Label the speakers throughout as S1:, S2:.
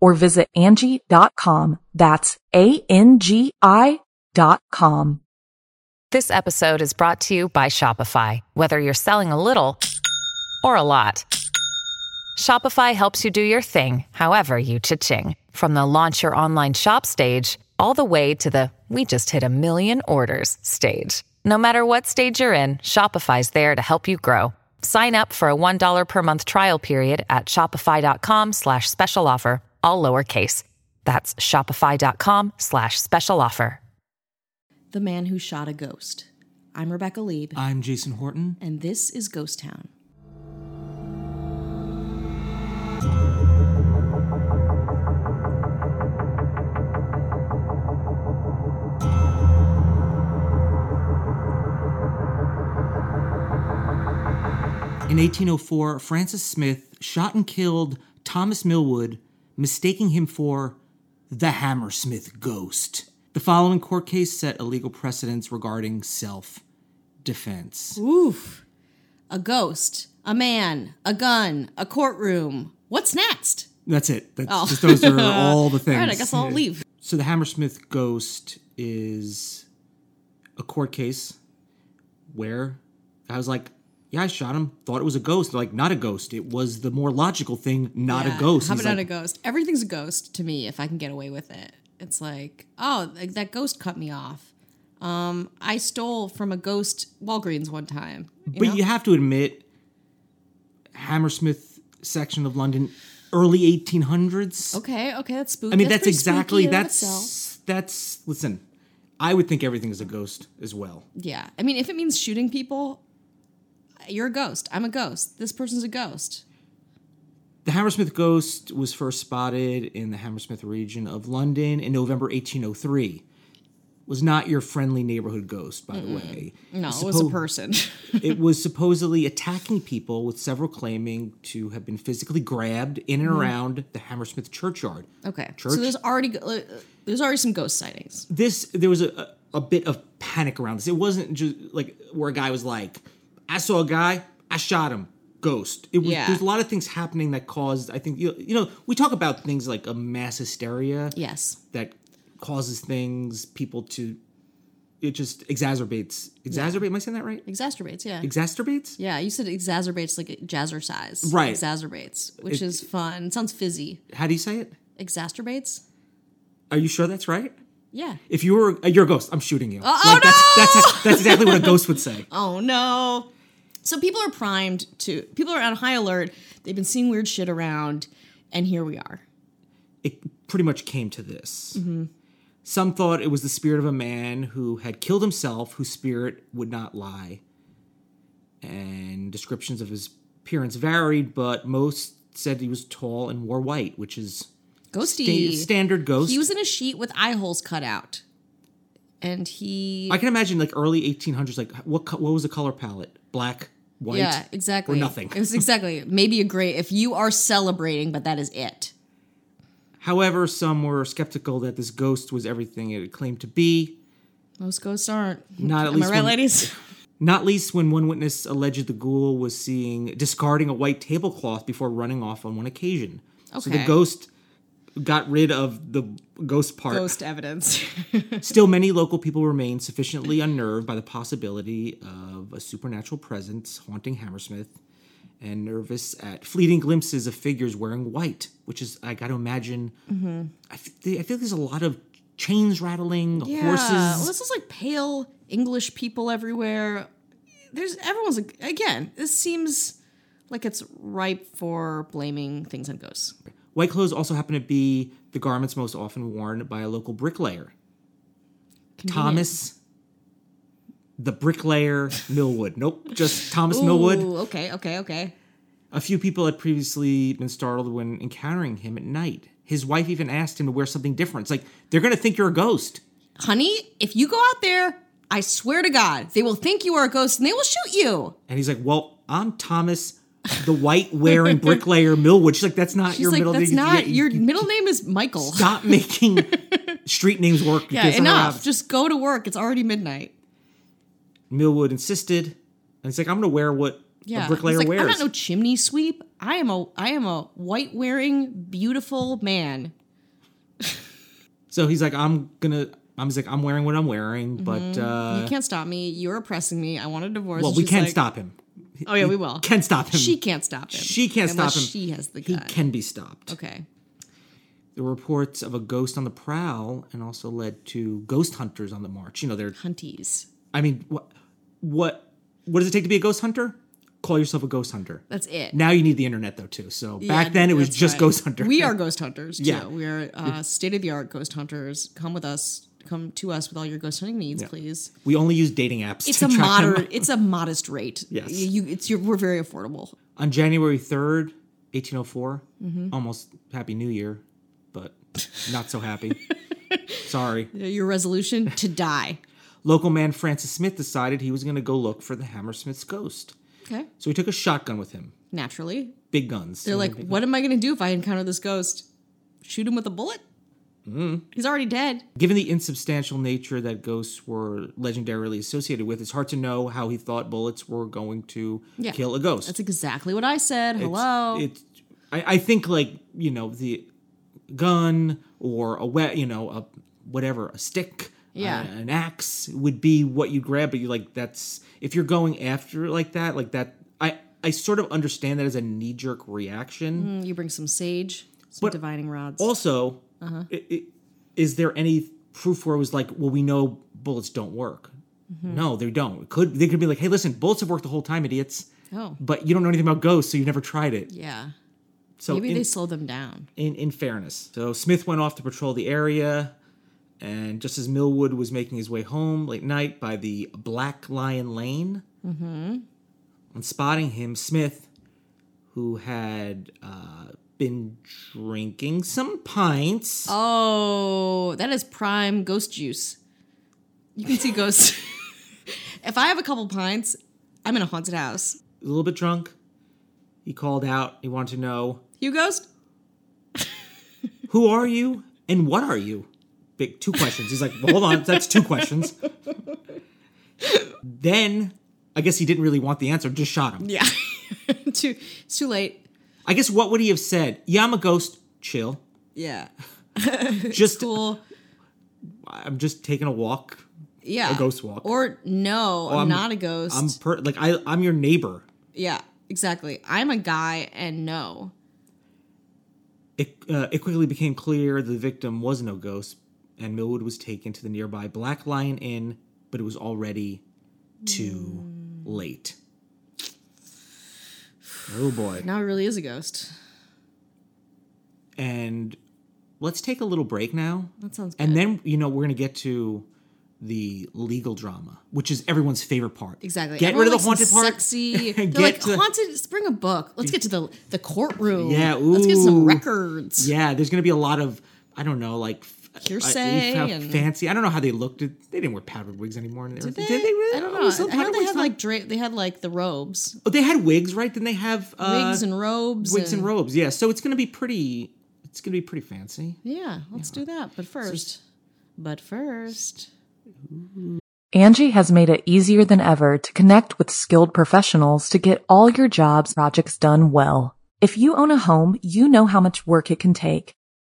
S1: or visit Angie.com. That's A-N-G-I dot com.
S2: This episode is brought to you by Shopify. Whether you're selling a little or a lot, Shopify helps you do your thing, however you cha-ching. From the launch your online shop stage, all the way to the we just hit a million orders stage. No matter what stage you're in, Shopify's there to help you grow. Sign up for a $1 per month trial period at shopify.com slash special offer, all lowercase. That's shopify.com slash special offer.
S3: The Man Who Shot a Ghost. I'm Rebecca Lieb,
S4: I'm Jason Horton.
S3: and this is Ghost Town.
S4: In 1804, Francis Smith shot and killed Thomas Millwood, mistaking him for the Hammersmith Ghost. The following court case set a legal precedence regarding self defense.
S3: Oof. A ghost, a man, a gun, a courtroom. What's next?
S4: That's it. That's just those are all the things.
S3: Oh. All right, I guess I'll leave.
S4: So the Hammersmith Ghost is a court case where I was like, yeah, I shot him. Thought it was a ghost. They're like, not a ghost. It was the more logical thing, not a
S3: Yeah,
S4: ghost.
S3: How
S4: He's
S3: about not
S4: like,
S3: a ghost? Everything's a ghost to me if I can get away with it. It's like, oh, like, that ghost cut me off. Um, I stole from a ghost Walgreens one time. You
S4: But
S3: know?
S4: you have to admit, Hammersmith section of London, early 1800s.
S3: okay, okay, that's spooky.
S4: I mean, that's,
S3: pretty spooky
S4: exactly
S3: in and of itself.
S4: that's that's listen. I would think everything is a ghost as well.
S3: Yeah. I mean, if it means shooting people, you're a ghost. I'm a ghost. This person's a ghost.
S4: The Hammersmith ghost was first spotted in the Hammersmith region of London in November 1803. Was not your friendly neighborhood ghost, by the way.
S3: No, it was a
S4: Suppo-
S3: person.
S4: it was supposedly attacking people, with several claiming to have been physically grabbed in
S3: Mm-hmm.
S4: and around the Hammersmith churchyard.
S3: okay. So
S4: Church?
S3: there's already go- uh, there's already some ghost sightings.
S4: this there was a, a bit of panic around this. It wasn't just like where a guy was like, "I saw a guy, I shot him." Ghost. It was,
S3: Yeah.
S4: There's a lot of things happening that caused. I think you, you know we talk about things like a mass hysteria
S3: Yes.
S4: that causes things people to it just exacerbates exacerbate. Am I saying that right?
S3: Exacerbates, yeah.
S4: Exacerbates.
S3: yeah, you said exacerbates like jazzercise.
S4: Right.
S3: Exacerbates, which is fun. sounds fizzy.
S4: How do you say it?
S3: Exacerbates?
S4: Are you sure that's right?
S3: Yeah.
S4: If you were you're a ghost, I'm shooting you.
S3: oh,
S4: that's, that's that's exactly what a ghost would say.
S3: Oh no. So people are primed to people are on high alert. They've been seeing weird shit around and here we are.
S4: it pretty much came to this. Some thought it was the spirit of a man who had killed himself, whose spirit would not lie. And descriptions of his appearance varied, but most said he was tall and wore white, which is
S3: Ghosty.
S4: sta- standard ghost.
S3: He was in a sheet with eye holes cut out, and he
S4: I can imagine like early 1800s, like what co- what was the color palette? Black, white.
S3: yeah exactly
S4: or nothing.
S3: It was exactly maybe a gray if you are celebrating, but that is it.
S4: However, some were skeptical that this ghost was everything it claimed to be.
S3: Most ghosts aren't.
S4: Not at
S3: Am I
S4: least
S3: right,
S4: when-
S3: ladies?
S4: Not least when one witness alleged the ghoul was seen discarding a white tablecloth before running off on one occasion. So the
S3: Okay.
S4: ghost got rid of the ghost part.
S3: Ghost evidence.
S4: Still, many local people remain sufficiently unnerved by the possibility of a supernatural presence haunting Hammersmith and nervous at fleeting
S3: Mm-hmm.
S4: glimpses of figures wearing white, which is, I got to imagine, I, f- I feel there's a lot of chains rattling,
S3: Yeah. Well,
S4: horses.
S3: this is like pale English people everywhere. There's everyone's again. This seems like it's ripe for blaming things on ghosts.
S4: White clothes also happen to be the garments most often worn by a local bricklayer, Thomas the bricklayer Millwood. Nope, just Thomas Millwood.
S3: Ooh, okay, okay, okay.
S4: A few people had previously been startled when encountering him at night. His wife even asked him to wear something different. It's like, they're going to think you're a ghost.
S3: Honey, if you go out there, I swear to God, they will think you are a ghost and they will shoot you.
S4: And he's like, well, I'm Thomas, the white wearing bricklayer Millwood. She's like, that's not
S3: She's
S4: your
S3: like,
S4: middle
S3: that's
S4: name.
S3: not
S4: Yeah,
S3: your
S4: you- you
S3: middle name is Michael.
S4: Stop making street names work.
S3: Yeah,
S4: because I'm
S3: enough.
S4: not-
S3: Just go to work. It's already midnight.
S4: Millwood insisted. And he's like, I'm going to wear what
S3: Yeah,
S4: a bricklayer
S3: He's like,
S4: wears.
S3: I'm not no chimney sweep. I am a I am a white wearing beautiful man.
S4: so he's like, I'm going to, I'm just like, I'm wearing what I'm
S3: Mm-hmm.
S4: wearing, but, uh,
S3: you can't stop me. You're oppressing me. I want a divorce.
S4: well,
S3: And
S4: we
S3: she's
S4: can
S3: like,
S4: stop him.
S3: Oh yeah, we will.
S4: Can stop him.
S3: She can't stop him.
S4: She can't stop
S3: unless
S4: him.
S3: She has the
S4: He
S3: gut.
S4: can be stopped.
S3: Okay.
S4: The reports of a ghost on the prowl and also led to ghost hunters on the march. You know, they're
S3: Hunties.
S4: I mean, what what what does it take to be a ghost hunter? Call yourself a ghost hunter.
S3: That's it.
S4: Now you need the internet though too. So back
S3: Yeah,
S4: then it was
S3: that's
S4: just
S3: right.
S4: ghost hunter.
S3: We are ghost hunters. Too.
S4: Yeah.
S3: we are uh, state of the art ghost hunters. Come with us. Come to us with all your ghost hunting needs, please.
S4: we only use dating apps.
S3: It's
S4: to
S3: a
S4: track them.
S3: moderate. It's a modest rate.
S4: Yes.
S3: You. It's. You're, we're very affordable.
S4: On January third, eighteen oh four, almost Happy New Year, but not so happy. Sorry.
S3: Your resolution to die.
S4: Local man Francis Smith decided he was going to go look for the Hammersmith's ghost.
S3: Okay.
S4: So he took a shotgun with him.
S3: Naturally,
S4: Big guns.
S3: They're like, what am I going to do if I encounter this ghost? Shoot him with a bullet?
S4: Mm-hmm.
S3: He's already dead.
S4: Given the insubstantial nature that ghosts were legendarily associated with, it's hard to know how he thought bullets were going to
S3: Yeah.
S4: kill a ghost.
S3: That's exactly what I said.
S4: It's-
S3: Hello.
S4: It's, I, I think like you know the gun or a wet, you know, a whatever, a stick,
S3: Yeah.
S4: uh, an axe would be what you grab. But you like that's if you're going after it like that, like that. I I sort of understand that as a knee jerk reaction.
S3: Mm, you bring some sage, some
S4: But
S3: divining rods.
S4: Also,
S3: Uh-huh.
S4: i- i- is there any proof where it was like, well, we know bullets don't work?
S3: Mm-hmm.
S4: No, they don't. It could they could be like, hey, listen, bullets have worked the whole time, idiots.
S3: oh,
S4: But you don't know anything about ghosts, so you've never tried it.
S3: yeah.
S4: So
S3: Maybe
S4: in,
S3: they slow them down.
S4: in in fairness, so Smith went off to patrol the area, and just as Millwood was making his way home late night by the Black Lion Lane, on spotting him, Smith, who had uh, been drinking some pints.
S3: Oh, that is prime ghost juice. You can see ghosts. if I have a couple pints, I'm in a haunted house.
S4: a little bit drunk. He called out. He wanted to know,
S3: You ghost?
S4: who are you and what are you? Big two questions. He's like, well, hold on, that's two questions. then I guess he didn't really want the answer, just shot him.
S3: Yeah. too, it's too late.
S4: I guess what would he have said? Yeah, I'm a ghost. Chill.
S3: Yeah.
S4: Just
S3: Cool.
S4: I'm just taking a walk.
S3: Yeah.
S4: A ghost walk.
S3: Or no, I'm,
S4: I'm-
S3: not a ghost.
S4: I'm per- like I I'm your neighbor.
S3: Yeah, exactly. I'm a guy and no.
S4: It, uh, it quickly became clear the victim was no ghost, and Millwood was taken to the nearby Black Lion Inn, but it was already too
S3: Hmm.
S4: late. Oh boy.
S3: Now he really is a ghost.
S4: And let's take a little break now.
S3: That sounds good.
S4: And then, you know, we're going to get to the legal drama, which is everyone's favorite part.
S3: Exactly.
S4: Get
S3: Everyone
S4: rid of the
S3: likes
S4: haunted
S3: some
S4: part.
S3: Sexy. They're
S4: Get
S3: like
S4: to-
S3: haunted. Let's bring a book. Let's get to the the courtroom.
S4: Yeah,
S3: Let's get
S4: ooh.
S3: some records.
S4: Yeah, there's going to be a lot of I don't know, like f- uh,
S3: Hearsay
S4: how
S3: and-
S4: fancy. I don't know how they looked. At, they didn't wear powdered wigs anymore. Did
S3: They-
S4: Did they really?
S3: I don't
S4: Oh,
S3: know.
S4: we still
S3: I know
S4: powdered
S3: they
S4: wigs
S3: had
S4: now?
S3: like dra- they had like the robes,
S4: Oh, they had wigs, right? Then they have uh,
S3: wigs and robes.
S4: wigs and robes. Yeah, so it's going to be pretty. It's going to be pretty fancy.
S3: Yeah, let's do that. But first, but first,
S1: Angie has made it easier than ever to connect with skilled professionals to get all your jobs projects done well. If you own a home, you know how much work it can take,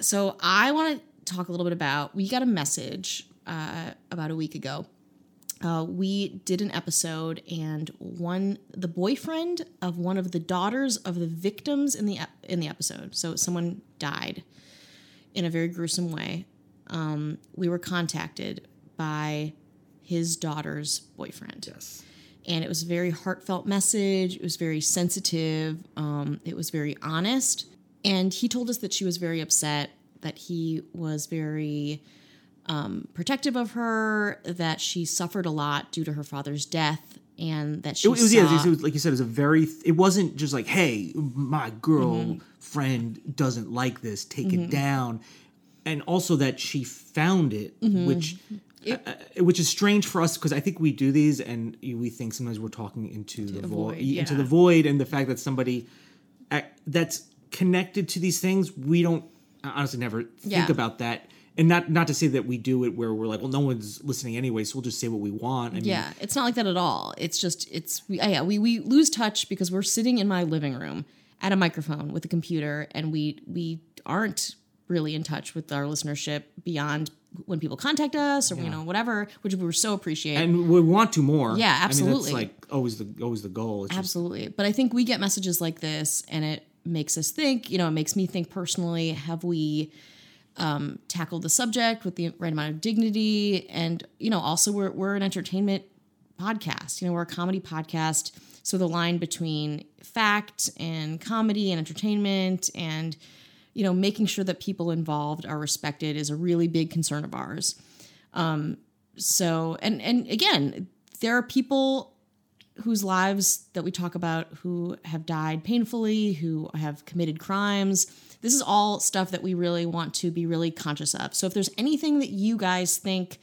S3: So I want to talk a little bit about we got a message uh, about a week ago. Uh, we did an episode, and one the boyfriend of one of the daughters of the victims in the ep- in the episode. So someone died in a very gruesome way. Um, we were contacted by his daughter's boyfriend
S4: Yes.
S3: and it was a very heartfelt message. It was very sensitive. Um, it was very honest. And he told us that she was very upset, that he was very um, protective of her, that she suffered a lot due to her father's death, and that she
S4: It was, it was-
S3: saw,
S4: yeah, it was, like you said, it was a very. It wasn't just like, hey, my girl friend doesn't like this, take it down, and also that she found it, which. uh, uh, which is strange for us because I think we do these and you- we think sometimes we're talking into the, void, into the void, and the fact that somebody ac- that's connected to these things we don't I honestly never think
S3: Yeah.
S4: about that, and not not to say that we do it where we're like, well, no one's listening anyway, so we'll just say what we want. I mean,
S3: Yeah, it's not like that at all. It's just it's we, uh, yeah we we lose touch because we're sitting in my living room at a microphone with a computer, and we we aren't really in touch with our listenership beyond when people contact us or you know whatever, which we were so appreciative.
S4: and we want to more.
S3: Yeah, absolutely.
S4: I mean, that's like always the always the goal. It's just,
S3: Absolutely, but I think we get messages like this, and it makes us think. You know, it makes me think personally. Have we? Um, tackled the subject with the right amount of dignity, and you know, also we're we're an entertainment podcast. You know, we're a comedy podcast. So the line between fact and comedy and entertainment and, you know, making sure that people involved are respected is a really big concern of ours. Um, so, and, and again, there are people whose lives that we talk about who have died painfully, who have committed crimes. This is all stuff that we really want to be really conscious of. So if there's anything that you guys think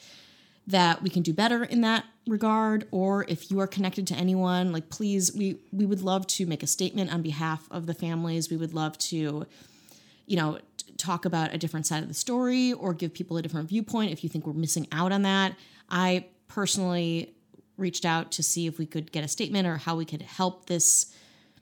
S3: that we can do better in that regard or if you are connected to anyone like please we we would love to make a statement on behalf of the families we would love to you know t- talk about a different side of the story or give people a different viewpoint if you think we're missing out on that i personally reached out to see if we could get a statement or how we could help this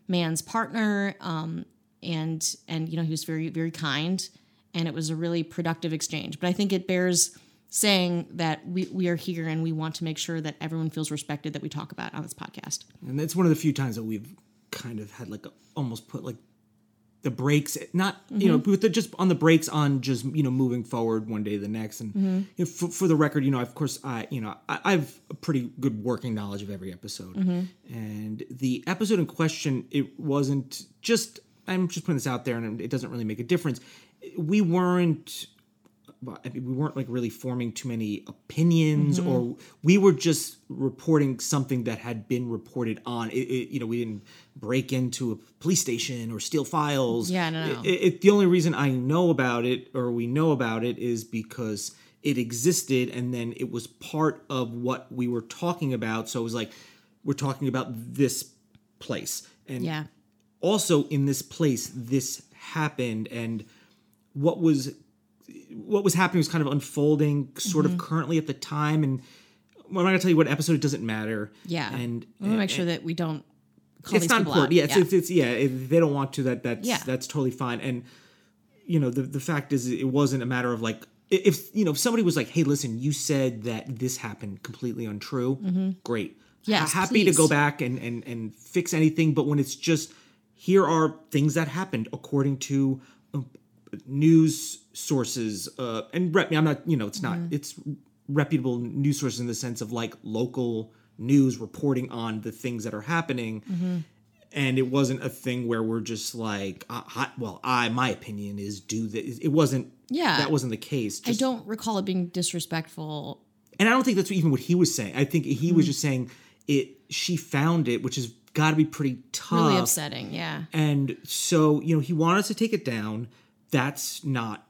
S3: man's partner um, and and you know he was very very kind and it was a really productive exchange but i think it bears saying that we, we are here and we want to make sure that everyone feels respected that we talk about on this podcast
S4: and that's one of the few times that we've kind of had like a, almost put like the brakes, not you
S3: Mm-hmm.
S4: know, with the, just on the brakes on just you know moving forward one day to the next. And
S3: Mm-hmm.
S4: you know, for, for the record, you know, of course, I you know I, I've a pretty good working knowledge of every episode,
S3: Mm-hmm.
S4: and the episode in question, it wasn't just. I'm just putting this out there, and it doesn't really make a difference. We weren't well, I mean, we weren't like really forming too many opinions,
S3: Mm-hmm.
S4: or we were just reporting something that had been reported on. It, it, you know, we didn't break into a police station or steal files.
S3: Yeah, no, no.
S4: It, it, the only reason I know about it or we know about it is because it existed, and then it was part of what we were talking about. So it was like we're talking about this place, and
S3: yeah
S4: also in this place this happened and what was what was happening was kind of unfolding sort of currently at the time and well, I'm not gonna tell you what episode it doesn't matter
S3: Yeah.
S4: and
S3: we want to make sure that we don't call
S4: it's
S3: these
S4: not
S3: people
S4: important
S3: out.
S4: yeah it's, It's, it's yeah if they don't want to that that's
S3: Yeah.
S4: that's totally fine and you know the the fact is it wasn't a matter of like i- if you know if somebody was like hey listen you said that this happened completely untrue great
S3: Mm-hmm. Yes,
S4: happy
S3: please.
S4: to go back and and and fix anything but when it's just here are things that happened according to uh, news sources uh and rep- i'm not you know it's not
S3: Mm-hmm.
S4: it's reputable news sources in the sense of like local news reporting on the things that are happening
S3: Mm-hmm.
S4: and it wasn't a thing where we're just like uh, I, well i my opinion is do this it wasn't
S3: Yeah.
S4: that wasn't the case
S3: i
S4: Just-
S3: don't recall it being disrespectful Mm-hmm.
S4: and i don't think that's even what he was saying i think he was just saying it she found it which is got to be pretty tough.
S3: Really upsetting. Yeah.
S4: And so, you know, he wanted us to take it down. That's not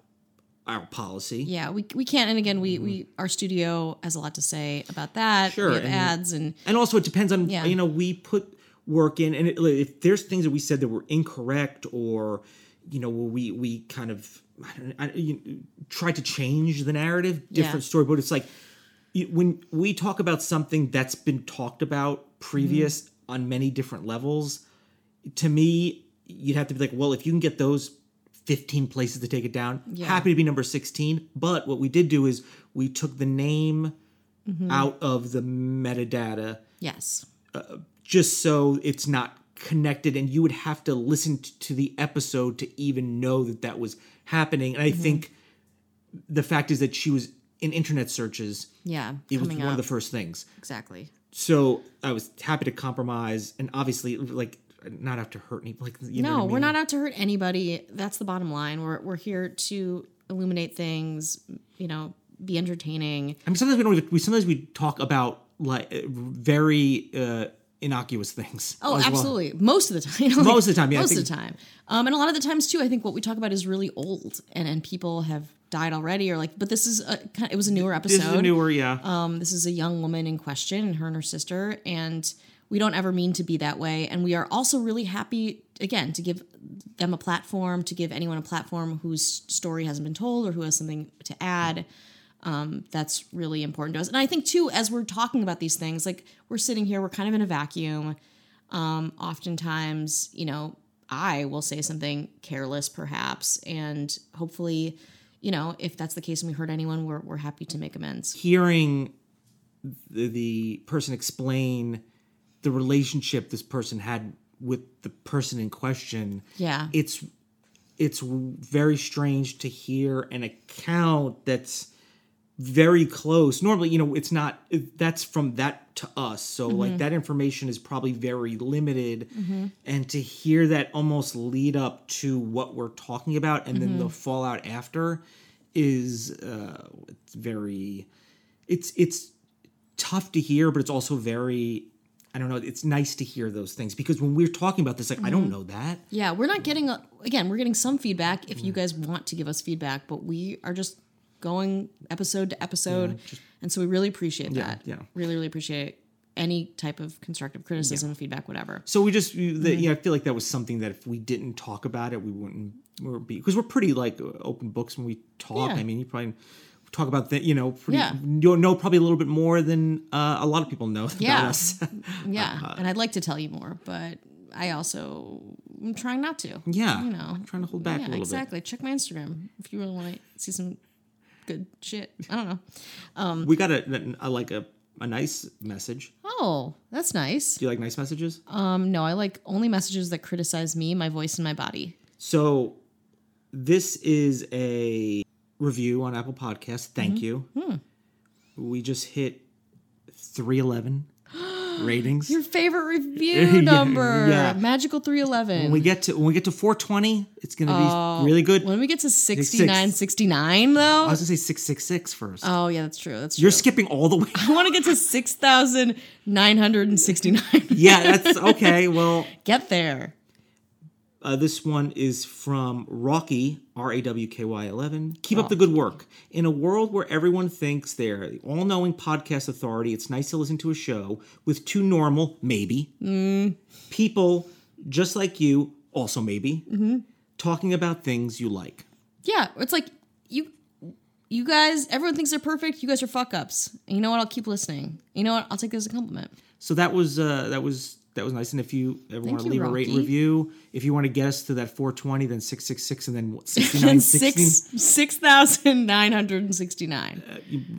S4: our policy.
S3: Yeah. We, we can't. And again, we, we, our studio has a lot to say about that.
S4: Mm. Sure,
S3: We have
S4: and-
S3: ads and
S4: And also, it depends on
S3: Yeah.
S4: you know we put work in, and it, like, if there's things that we said that were incorrect or you know where we we kind of I don't, I, you, tried to change the narrative, different story, but it's like you- when we talk about something that's been talked about previous on many different levels. To me, you'd have to be like, well, if you can get those. 15 places to take it down. Happy to be number 16. But what we did do is we took the name out of the metadata
S3: yes.
S4: just so it's not connected and you would have to listen t- to the episode to even know that that was happening
S3: Mm-hmm.
S4: and i think the fact is that she was in internet searches
S3: Yeah.
S4: it was
S3: coming
S4: one
S3: up.
S4: of the first things
S3: exactly.
S4: so i was happy to compromise and obviously like not have to hurt any like you know
S3: No,
S4: what I
S3: we're
S4: mean?
S3: not out to hurt anybody. That's the bottom line. We're we're here to illuminate things, you know, be entertaining.
S4: i mean sometimes we don't even we sometimes we talk about like uh, very uh innocuous things
S3: Oh,
S4: as well.
S3: absolutely. Most of the time. you know,
S4: Most of the time, yeah, I
S3: Most of
S4: think-
S3: the time. Um, and a lot of the times too, I think what we talk about is really old, and and people have died already, or like, but this is a kind. It was a newer episode.
S4: this is a newer yeah
S3: um, this is a young woman in question, and her and her sister, and we don't ever mean to be that way. And we are also really happy, again, to give them a platform, to give anyone a platform whose story hasn't been told or who has something to add. Um, that's really important to us. And I think, too, as we're talking about these things, like we're sitting here, we're kind of in a vacuum. Um, oftentimes, you know, I will say something careless, perhaps, and hopefully, you know, if that's the case and we hurt anyone, we're, we're happy to make amends.
S4: hearing the, the person explain the relationship this person had with the person in question
S3: Yeah.
S4: it's it's very strange to hear an account that's very close normally you know it's not that's from that to us so like that information is probably very limited and to hear that almost lead up to what we're talking about and then the fallout after is uh it's very it's it's tough to hear but it's also very i don't know it's nice to hear those things because when we're talking about this like i don't know that
S3: yeah, we're not getting a, again, we're getting some feedback if you guys want to give us feedback, but we are just going episode to episode. and so we really appreciate that.
S4: yeah.
S3: Really, really appreciate any type of constructive criticism, feedback, whatever.
S4: So we just, you
S3: Mm-hmm.
S4: the, yeah, I feel like that was something that if we didn't talk about it, we wouldn't or be because we're pretty like uh, open books when we talk.
S3: Yeah.
S4: I mean, you probably talk about that, you know, pretty,
S3: Yeah.
S4: you'll know probably a little bit more than uh, a lot of people know about
S3: Yeah.
S4: us.
S3: Yeah.
S4: uh,
S3: and I'd like to tell you more, but I also am trying not to.
S4: yeah,
S3: You know.
S4: I'm trying to hold back a
S3: Yeah,
S4: little
S3: exactly. Check my Instagram if you really want to see some good shit. I don't know.
S4: bit. We got a, a like a, a nice message.
S3: Oh, that's nice.
S4: Do you like nice messages?
S3: Um, no, I like only messages that criticize me, my voice, and my body.
S4: So this is a review on Apple Podcasts. Thank you.
S3: Mm-hmm. Hmm.
S4: We just hit three eleven ratings.
S3: Your favorite review number,
S4: yeah.
S3: magical three eleven.
S4: When we get to when we get to 420, it's going to be really good.
S3: Oh, When we get to sixty nine, sixty nine
S4: I
S3: though.
S4: was going to say 666 first.
S3: Oh yeah, that's true. That's true.
S4: You're skipping all the way.
S3: I want to get to six thousand nine hundred and sixty nine.
S4: yeah, that's okay. Well,
S3: Get there.
S4: uh, this one is from Rocky R A W K Y 11. Keep up the good work. In a world where everyone thinks they're the all-knowing podcast authority, it's nice to listen to a show with two normal, maybe
S3: Mm.
S4: people just like you, also maybe
S3: Mm-hmm.
S4: talking about things you like.
S3: Yeah, it's like you, you guys. Everyone thinks they're perfect. You guys are fuck ups. And you know what? I'll keep listening. You know what? I'll take this as a compliment.
S4: So that was uh, that was that was nice. And if you ever want to
S3: you,
S4: leave a rate and
S3: Rocky.
S4: review, if you want to get us to that 420, then 666, and then
S3: And
S4: 6916,
S3: six six thousand nine hundred and sixty nine.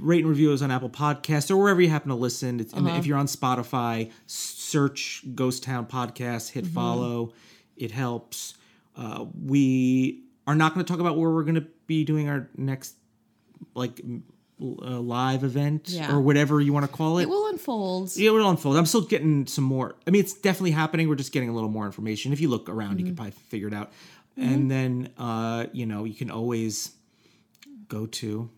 S4: rate and review us on Apple Podcasts or wherever you happen to listen. It's,
S3: Uh-huh.
S4: And if you're on Spotify, search Ghost Town Podcast, hit
S3: Mm-hmm.
S4: follow. It helps. Uh, we are not going to talk about where we're going to be doing our next like m- l- uh, live event
S3: Yeah.
S4: or whatever you want to call
S3: It will unfold.
S4: Yeah, it'll unfold. I'm still getting some more. I mean, it's definitely happening. We're just getting a little more information. If you look around, you
S3: Mm-hmm.
S4: can probably figure it out. And then, uh, you know, you can always go to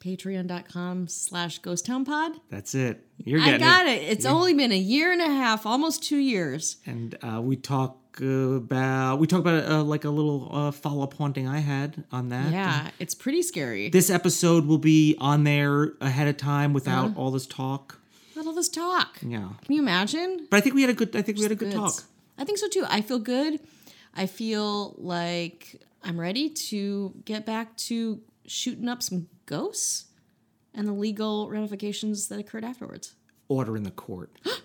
S3: patreon.com slash ghost town pod.
S4: That's it. You're
S3: I
S4: getting
S3: got it. It's only been a year and a half, almost two years.
S4: And uh, we talk about we talk about uh, like a little uh, follow up haunting I had on that.
S3: Yeah, it's pretty scary.
S4: This episode will be on there ahead of time without
S3: Uh-huh.
S4: all this talk.
S3: Not all this talk.
S4: Yeah.
S3: Can you imagine?
S4: But I think we had a good. I think we had a good
S3: Goods.
S4: talk.
S3: I think so too. I feel good. I feel like I'm ready to get back to shooting up some ghosts and the legal ramifications that occurred afterwards.
S4: Order in the court.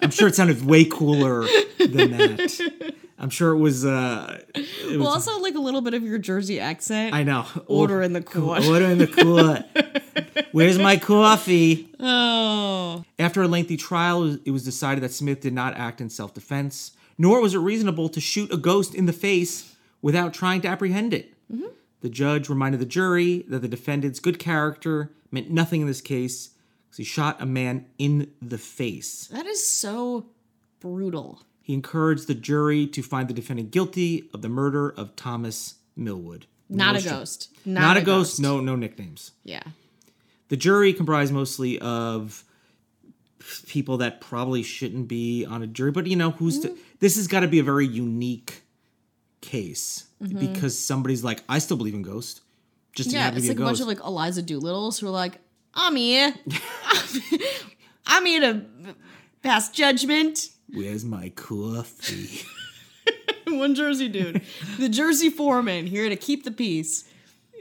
S4: I'm sure it sounded way cooler than that. I'm sure it was. Uh,
S3: Well, also like a little bit of your Jersey accent.
S4: I know.
S3: Order in the court.
S4: Order in the court. Where's my coffee?
S3: Oh.
S4: After a lengthy trial, it was decided that Smith did not act in self defense, nor was it reasonable to shoot a ghost in the face without trying to apprehend it.
S3: Mm-hmm.
S4: The judge reminded the jury that the defendant's good character meant nothing in this case because he shot a man in the face.
S3: That is so brutal.
S4: He encouraged the jury to find the defendant guilty of the murder of Thomas Millwood.
S3: Not
S4: No
S3: a
S4: str-
S3: ghost.
S4: Not, a ghost, no no nicknames.
S3: Yeah.
S4: The jury comprised mostly of people that probably shouldn't be on a jury, but you know, who's
S3: Mm-hmm.
S4: to, this has got to be a very unique case because somebody's like, I still believe in ghosts, just didn't
S3: Mm-hmm. Yeah,
S4: happen
S3: it's
S4: to be
S3: like a
S4: a
S3: bunch
S4: ghost.
S3: of like Eliza Doolittles who are like, I'm here. I'm here to pass judgment.
S4: Where's my coffee?
S3: One Jersey dude. the Jersey foreman here to keep the peace.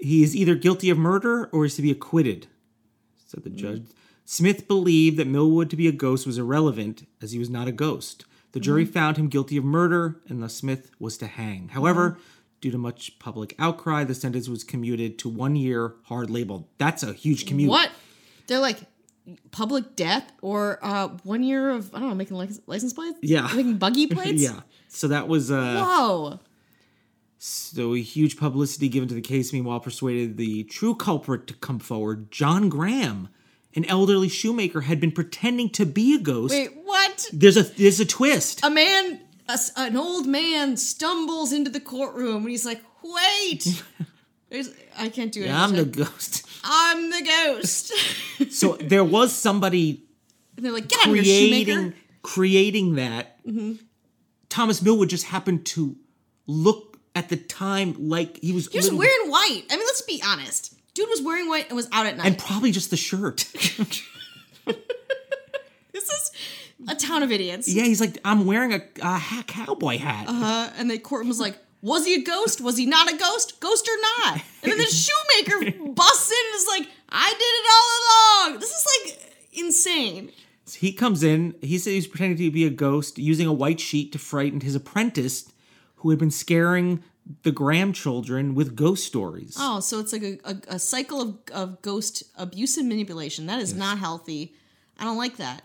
S4: he is either guilty of murder or is to be acquitted, said the judge. Smith believed that Millwood to be a ghost was irrelevant, as he was not a ghost. The jury found him guilty of murder, and thus Smith was to hang. However, due to much public outcry, the sentence was commuted to one year hard labor. That's a huge commute.
S3: What? They're like public death or uh one year of I don't know, making lic- license plates?
S4: Yeah.
S3: Making buggy plates?
S4: Yeah. So that was uh,
S3: Whoa.
S4: so a huge publicity given to the case. Meanwhile, persuaded the true culprit to come forward. John Graham, an elderly shoemaker, had been pretending to be a ghost.
S3: Wait, what?
S4: There's a there's a twist.
S3: A man a s an old man stumbles into the courtroom and he's like, wait. There's, I can't do it.
S4: I'm the ghost.
S3: I'm the ghost.
S4: So there was somebody
S3: and they're like, get out of here,
S4: creating
S3: shoemaker. Mm-hmm.
S4: creating that. Thomas Millwood just happened to look at the time like he was
S3: He was
S4: little-
S3: wearing white. I mean, let's be honest. Dude was wearing white and was out at night.
S4: and probably just the shirt.
S3: this is a town of idiots.
S4: yeah, he's like I'm wearing a, a ha- cowboy hat.
S3: Uh, and the courtroom was like, was he a ghost? Was he not a ghost? Ghost or not? And then the shoemaker busts in and is like, I did it all along. This is like insane.
S4: So he comes in. He said he's pretending to be a ghost, using a white sheet to frighten his apprentice, who had been scaring the Graham children with ghost stories.
S3: Oh, so it's like a, a, a cycle of, of ghost abuse and manipulation. That is not healthy. I don't like that.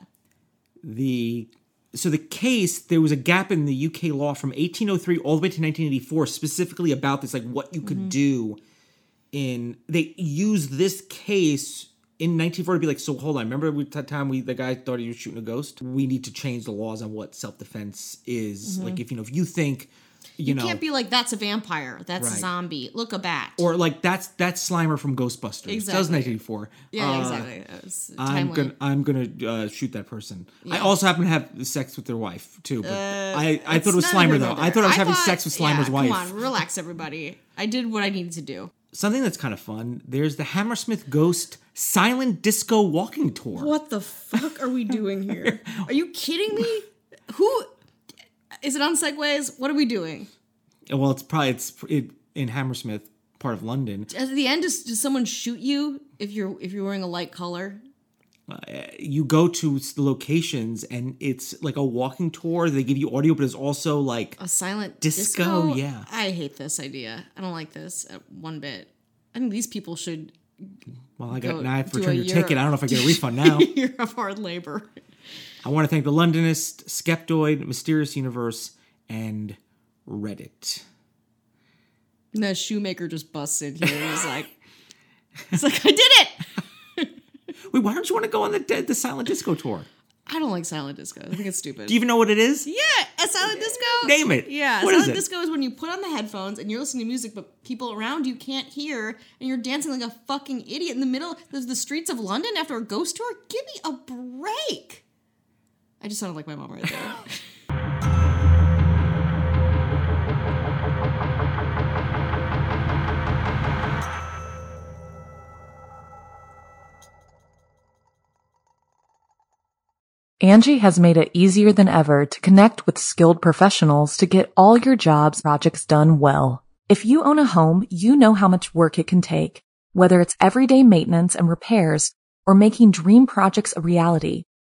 S4: the so the case there was a gap in the UK law from 1803 all the way to 1984 specifically about this like what you could
S3: Mm-hmm.
S4: do in they used this case in 1940 to be like so hold on remember we, that time we the guy thought he was shooting a ghost we need to change the laws on what self defense is like if you know if you think you, know
S3: Mm-hmm. Can't be like, that's a vampire. That's a
S4: Right.
S3: zombie. Look, a bat.
S4: or like that's that's Slimer from Ghostbusters that was
S3: Exactly.
S4: 1984
S3: yeah,
S4: Uh,
S3: exactly. That was
S4: I'm
S3: timely.
S4: gonna I'm gonna uh, shoot that person. I also happen to have sex with their wife too. But I, I thought it was
S3: Uh, It's none of
S4: Slimer
S3: your
S4: though.
S3: mother.
S4: I thought I was having
S3: thought-
S4: sex with
S3: yeah,
S4: Slimer's wife.
S3: Come on, relax, everybody. I did what I needed to do.
S4: Something that's kind of fun. There's the Hammersmith Ghost Silent Disco Walking Tour.
S3: What the fuck are we doing here? Are you kidding me? Who is it on segways? What are we doing?
S4: Well, it's probably it's it, in Hammersmith, part of London.
S3: At the end, does, does someone shoot you if you're if you're wearing a light color?
S4: You go to s- the locations and it's like a walking tour. They give you audio, but it's also like
S3: A silent
S4: Disco,
S3: disco.
S4: yeah.
S3: I hate this idea. I don't like this uh, one bit. I think these people should
S4: well, I got
S3: go
S4: now I have to
S3: do a
S4: return your
S3: Euro-
S4: ticket. I don't know if I get a refund now.
S3: hear of hard labor.
S4: I want to thank the Londonist, Skeptoid, Mysterious Universe, and Reddit.
S3: And the shoemaker just busts in here and is like, "It's like I did it."
S4: Wait, why don't you want to go on the the silent disco tour?
S3: I don't like silent disco. I think it's stupid.
S4: Do you even know what it is?
S3: yeah, a silent disco.
S4: Name it.
S3: Yeah,
S4: What is
S3: silent
S4: it?
S3: disco is when you put on the headphones and you're listening to music, but people around you can't hear, and you're dancing like a fucking idiot in the middle of the streets of London after a ghost tour. Give me a break. I just sounded like my mom right there.
S1: Angie has made it easier than ever to connect with skilled professionals to get all your jobs projects done well. If you own a home, you know how much work it can take, whether it's everyday maintenance and repairs or making dream projects a reality.